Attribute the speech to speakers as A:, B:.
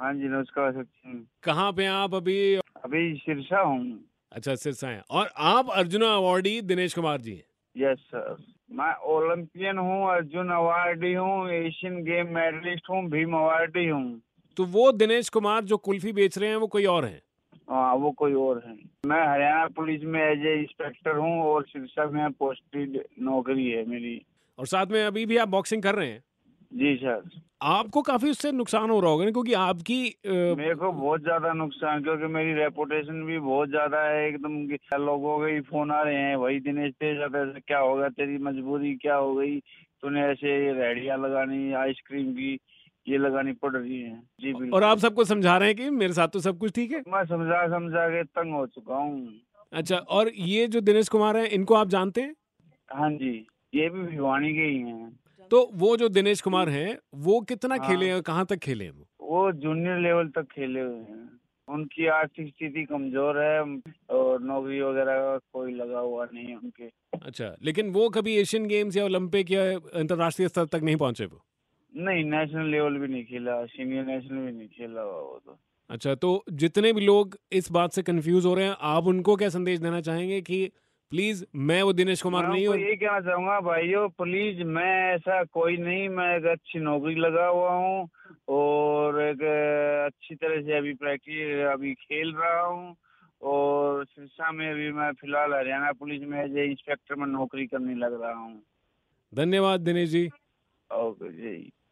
A: हाँ जी नमस्कार सचिन
B: कहाँ पे हैं आप अभी
A: अभी शीर्षा हूँ
B: अच्छा सिरसा हैं और आप अर्जुना अवार्डी दिनेश कुमार जी हैं
A: यस सर मैं ओलंपियन हूँ अर्जुन अवार्डी हूँ एशियन गेम मेडलिस्ट हूँ भीम अवार्डी हूँ
B: तो वो दिनेश कुमार जो कुल्फी बेच रहे हैं वो कोई और हैं
A: हाँ वो कोई और है मैं हरियाणा पुलिस में एज ए इंस्पेक्टर हूँ और शीर्षा में पोस्टेड नौकरी है मेरी
B: और साथ में अभी भी आप बॉक्सिंग कर रहे हैं
A: जी सर
B: आपको काफी उससे नुकसान हो रहा होगा ना, क्योंकि आपकी अ,
A: मेरे को बहुत ज्यादा नुकसान क्योंकि मेरी रेपुटेशन भी बहुत ज्यादा है एकदम कि लोगों के ही फोन आ रहे हैं वही दिनेश तेज ऐसे क्या होगा तेरी मजबूरी क्या हो गई तूने ऐसे रेडिया लगानी आइसक्रीम की ये लगानी पड़ रही है जी बिल्कुल
B: और आप सबको समझा रहे हैं कि मेरे साथ तो सब कुछ ठीक है
A: मैं समझा समझा के तंग हो चुका हूँ
B: अच्छा और ये जो दिनेश कुमार हैं इनको आप जानते हैं
A: हाँ जी ये भी भिवानी के ही हैं
B: तो वो जो दिनेश कुमार हैं वो कितना
A: हाँ।
B: खेले हैं और कहाँ तक खेले हैं वो
A: वो जूनियर लेवल तक खेले हुए हैं उनकी आर्थिक स्थिति कमजोर है और नौकरी वगैरह का कोई लगा हुआ नहीं है उनके
B: अच्छा लेकिन वो कभी एशियन गेम्स या ओलंपिक या अंतर्राष्ट्रीय स्तर तक नहीं पहुंचे वो
A: नहीं नेशनल लेवल भी नहीं खेला सीनियर नेशनल भी नहीं खेला हुआ वो तो
B: अच्छा तो जितने भी लोग इस बात से कंफ्यूज हो रहे हैं आप उनको क्या संदेश देना चाहेंगे कि प्लीज मैं वो दिनेश कुमार
A: मैं
B: नहीं
A: आपको
B: हूँ
A: ये कहना चाहूंगा भाइयों प्लीज मैं ऐसा कोई नहीं मैं एक अच्छी नौकरी लगा हुआ हूँ और एक अ, अच्छी तरह से अभी प्रैक्टिस अभी खेल रहा हूँ और शिक्षा में भी मैं फिलहाल हरियाणा पुलिस में एज इंस्पेक्टर में नौकरी करने लग रहा हूँ
B: धन्यवाद दिनेश जी
A: ओके जी